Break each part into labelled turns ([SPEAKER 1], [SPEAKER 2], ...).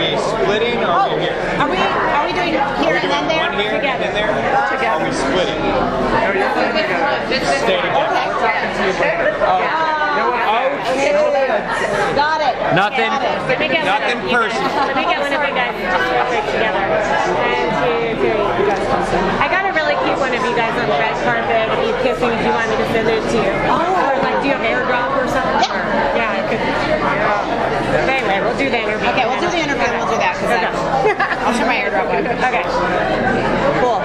[SPEAKER 1] splitting or
[SPEAKER 2] Oh,
[SPEAKER 1] are we here?
[SPEAKER 2] are we, are we doing here and then there?
[SPEAKER 1] One here and then there? Or are we
[SPEAKER 2] Oh, Together.
[SPEAKER 1] splitting? Stay together.
[SPEAKER 2] Okay. Got it.
[SPEAKER 3] Nothing.
[SPEAKER 2] Got it.
[SPEAKER 4] Let me get
[SPEAKER 1] Not
[SPEAKER 4] one of
[SPEAKER 1] in
[SPEAKER 4] you guys-
[SPEAKER 1] person.
[SPEAKER 4] Let me get one of you guys to just real quick together. One, two, three. I gotta really keep one of you guys on the red carpet and you kissing if you want me to send it to you.
[SPEAKER 2] Oh.
[SPEAKER 4] Or like, do you have airdrop or something? Or, yeah. I could- But anyway, we'll do the interview.
[SPEAKER 2] Okay, we'll do the interview and we'll do that because I'll turn my airdrop on.
[SPEAKER 4] Okay.
[SPEAKER 2] Cool.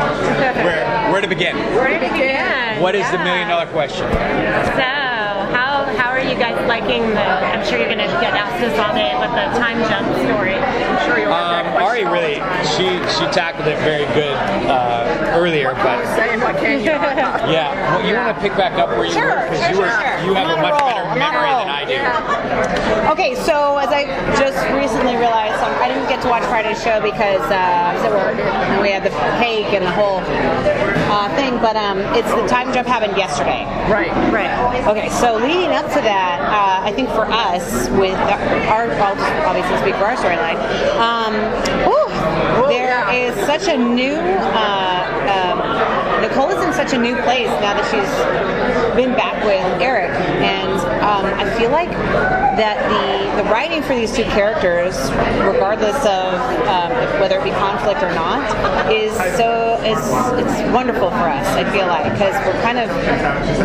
[SPEAKER 1] Where, where to begin?
[SPEAKER 4] Where do we begin?
[SPEAKER 1] What is the
[SPEAKER 4] Yeah.
[SPEAKER 1] million dollar question?
[SPEAKER 4] So, how, how are you guys liking the? I'm sure you're gonna get asked this all day with the time jump story. I'm sure you'll have
[SPEAKER 1] Um,
[SPEAKER 4] that
[SPEAKER 1] Ari
[SPEAKER 4] question all
[SPEAKER 1] really,
[SPEAKER 4] the time.
[SPEAKER 1] she she tackled it very good uh, earlier, but
[SPEAKER 5] saying what can you not talk
[SPEAKER 1] yeah, well, you want to pick back up where you
[SPEAKER 2] Sure,
[SPEAKER 1] were because
[SPEAKER 2] sure,
[SPEAKER 1] you, were,
[SPEAKER 2] sure.
[SPEAKER 1] you have
[SPEAKER 2] I'm
[SPEAKER 1] a
[SPEAKER 2] on a
[SPEAKER 1] much
[SPEAKER 2] roll.
[SPEAKER 1] better
[SPEAKER 2] I'm on a
[SPEAKER 1] memory
[SPEAKER 2] roll.
[SPEAKER 1] than I do.
[SPEAKER 2] Okay, so as I just recently realized, um, I didn't get to watch Friday's show because uh, I was at work and we had the cake and the whole uh, thing. But um, it's the time jump happened yesterday.
[SPEAKER 5] Right.
[SPEAKER 2] Right. Okay, so leading up to that, uh, I think for us, with our, I'll just obviously speak for our storyline, um,
[SPEAKER 1] Oh,
[SPEAKER 2] whew, there
[SPEAKER 5] yeah.
[SPEAKER 2] is such a new, uh, um, Nicole is in such a new place now that she's been back with Eric. And um, I feel like that the, the writing for these two characters, regardless of um, if- whether it be conflict or not, is so, it's, it's wonderful for us, I feel like, because we're kind of,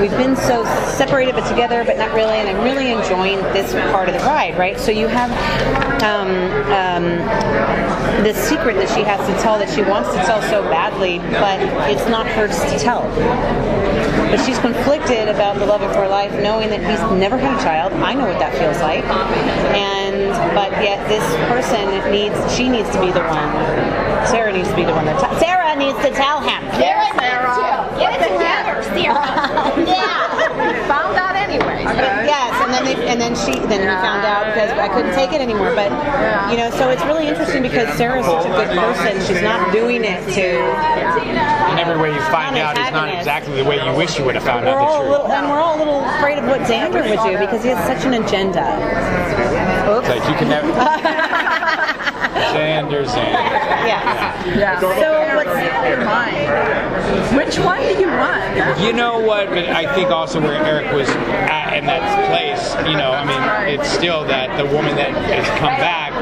[SPEAKER 2] we've been so separated but together, but not really, and I'm really enjoying this part of the ride, right? So you have um, um, this secret that she has to tell that she wants to tell so badly, but it's not hers to tell. But she's conflicted about the love of her life, knowing that he's never had a child. I know what that feels like, and but yet this person needs. She needs to be the one. Sarah needs to be the one that. T- Sarah needs to tell him.
[SPEAKER 5] Yes, Sarah. What the heck?
[SPEAKER 2] yeah.
[SPEAKER 5] Found out anyway.
[SPEAKER 2] Yes, and then they, and then she then we found out because I couldn't take it anymore. But you know, so it's really interesting because Sarah's such a good person. She's not doing it to.
[SPEAKER 1] And every way you find
[SPEAKER 2] An
[SPEAKER 1] out is not
[SPEAKER 2] antagonist.
[SPEAKER 1] exactly the way you wish you would have found
[SPEAKER 2] We're all
[SPEAKER 1] out
[SPEAKER 2] a
[SPEAKER 1] the
[SPEAKER 2] little,
[SPEAKER 1] truth.
[SPEAKER 2] and we're all a little afraid of what Xander would do because he has such an agenda.
[SPEAKER 1] It's like you can never. Xander, Xander.
[SPEAKER 2] Yes.
[SPEAKER 5] Yeah.
[SPEAKER 2] So what's
[SPEAKER 5] your mind? Which one do you want?
[SPEAKER 1] You know what? But I think also where Eric was at in that place, you know, I mean, it's still that the woman that has come back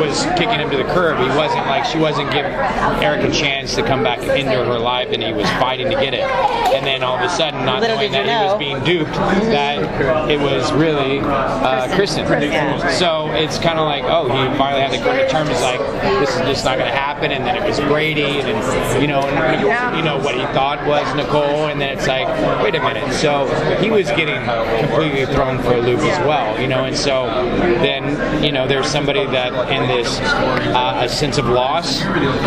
[SPEAKER 1] was kicking him to the curb. He wasn't like she wasn't giving Eric a chance to come back into her life, and he was fighting to get it. And then all of a sudden, not
[SPEAKER 2] Little
[SPEAKER 1] knowing that
[SPEAKER 2] did you
[SPEAKER 1] he was
[SPEAKER 2] know.
[SPEAKER 1] being duped, that it was really uh, Kristen. So it's kind of like, oh, he finally had to come to terms. He's like, this is just not going to happen. And then it was Brady, and then, you know, and,
[SPEAKER 5] Yeah.
[SPEAKER 1] you know what he thought was Nicole, and then it's like, wait a minute. So he was getting completely thrown for a loop as well, you know. And so then, you know, there's somebody that in this uh, a sense of loss,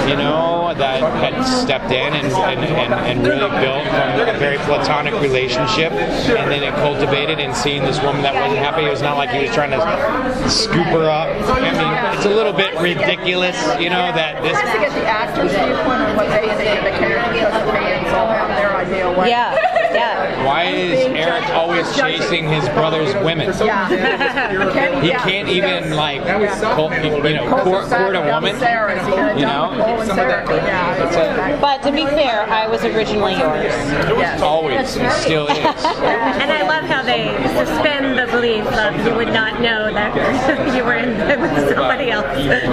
[SPEAKER 1] you know, that had stepped in and and, and, and really built from a very platonic relationship, and then it cultivated and seeing this woman that wasn't happy. It was not like he was trying to scoop her up. I mean, it's a little bit ridiculous, you know, that this
[SPEAKER 5] Trying to get the actors' viewpoint on what they think of the character because the fans all have their idea of what.
[SPEAKER 2] yeah. Yeah.
[SPEAKER 1] Why is
[SPEAKER 5] Being
[SPEAKER 1] Eric
[SPEAKER 5] judged
[SPEAKER 1] always
[SPEAKER 5] for judging.
[SPEAKER 1] chasing his brother's women?
[SPEAKER 5] Yeah.
[SPEAKER 1] He can't even like co- you know court, court a woman. you know?
[SPEAKER 5] Yeah.
[SPEAKER 1] It's a-
[SPEAKER 2] But to be fair, I was originally yours.
[SPEAKER 5] Yes.
[SPEAKER 1] Always, and still is.
[SPEAKER 4] And I love how they suspend the belief of you would not know that you were in bed with somebody else,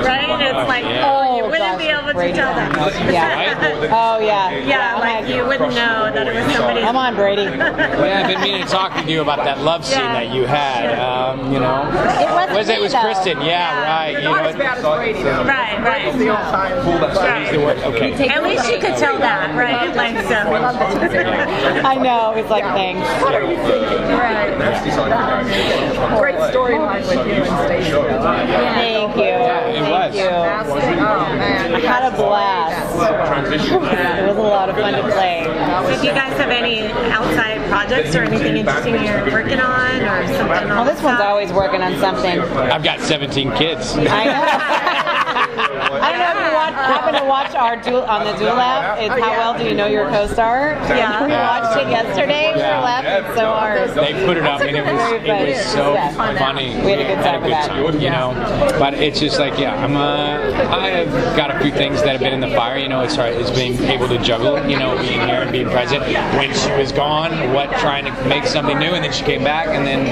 [SPEAKER 4] right? It's like, oh, you wouldn't be able to tell them.
[SPEAKER 2] Yeah. Oh yeah.
[SPEAKER 4] yeah,
[SPEAKER 2] I'm
[SPEAKER 4] like you wouldn't know that it was somebody
[SPEAKER 2] Come on, Brady.
[SPEAKER 1] Yeah, I've been meaning to talk to you about that love scene
[SPEAKER 4] Yeah.
[SPEAKER 1] that you had. Um, you know,
[SPEAKER 2] It wasn't
[SPEAKER 1] was it it
[SPEAKER 2] me,
[SPEAKER 1] was
[SPEAKER 2] though.
[SPEAKER 1] Kristen? Yeah, right. You
[SPEAKER 5] Not as
[SPEAKER 1] know,
[SPEAKER 5] bad as Brady. though.
[SPEAKER 4] Right, right.
[SPEAKER 5] The old time.
[SPEAKER 1] he's the word. Okay.
[SPEAKER 4] At least you could tell that, right? Like so.
[SPEAKER 2] I know. It's like thanks.
[SPEAKER 5] Great storyline with you and Stacey. though.
[SPEAKER 2] Thank you.
[SPEAKER 1] It
[SPEAKER 2] Thank
[SPEAKER 1] was.
[SPEAKER 2] you.
[SPEAKER 5] Oh, man.
[SPEAKER 2] I had a blast. It was a lot of fun to play.
[SPEAKER 4] If you guys have any outside projects or anything interesting you're working on or something.
[SPEAKER 2] Well, this one's always working on something.
[SPEAKER 1] I've got 17 kids.
[SPEAKER 2] I know. I don't know if you want happened to watch our duel on the duel app. It's how well do you know your co-star? Yeah, we watched it yesterday. We were laughing so hard.
[SPEAKER 1] They put it up and it was it was so funny.
[SPEAKER 2] We had a good time with that.
[SPEAKER 1] you know. But it's just like yeah, I'm uh, I have got a few things that have been in the fire. You know, it's hard. It's being able to juggle. You know, being here and being present when she was gone. What trying to make something new, and then she came back, and then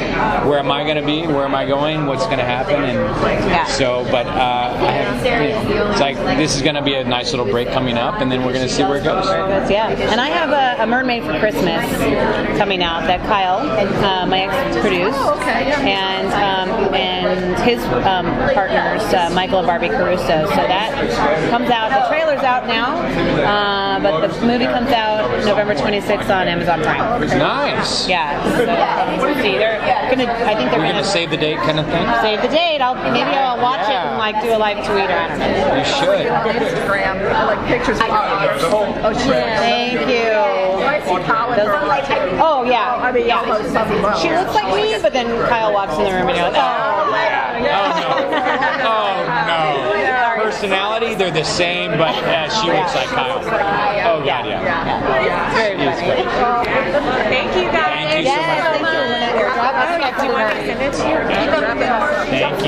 [SPEAKER 1] where am I going to be? Where am I going? What's going to happen? And
[SPEAKER 2] Yeah.
[SPEAKER 1] so, but uh, I have. You know, it's like this is going to be a nice little break coming up, and then we're going to see where it goes.
[SPEAKER 2] That's- yeah. And I have a, a mermaid for Christmas coming out that Kyle, uh, my ex, produced.
[SPEAKER 5] Oh, okay, yeah.
[SPEAKER 2] And um, and his um, partners, uh, Michael and Barbie Caruso. So that comes out. The trailer's out now, uh, but the movie comes out November 26th on Amazon Prime.
[SPEAKER 1] Nice.
[SPEAKER 2] Yeah. So we'll see. They're gonna. I think they're
[SPEAKER 1] We're going
[SPEAKER 2] gonna
[SPEAKER 1] to save the date, kind of thing.
[SPEAKER 2] save the date. I'll maybe I'll watch it and like do a live tweet or I don't know.
[SPEAKER 1] You should.
[SPEAKER 5] on Instagram, like pictures of otters. Oh, she
[SPEAKER 2] Thank you.
[SPEAKER 5] I see Colin for like,
[SPEAKER 2] Oh yeah.
[SPEAKER 5] I mean, yeah.
[SPEAKER 2] yeah. She looks like me, but then Kyle walks in the room and you're like, oh.
[SPEAKER 1] Oh no. Oh no. Personality, they're the same, but uh, she looks like Kyle. Oh god, yeah. It's great.
[SPEAKER 4] Thank you guys.
[SPEAKER 1] Thank you so
[SPEAKER 2] Yes,
[SPEAKER 1] much.
[SPEAKER 2] thank you. We're gonna airdrop. I her.
[SPEAKER 4] Do you want me to send it to you?
[SPEAKER 1] Thank you.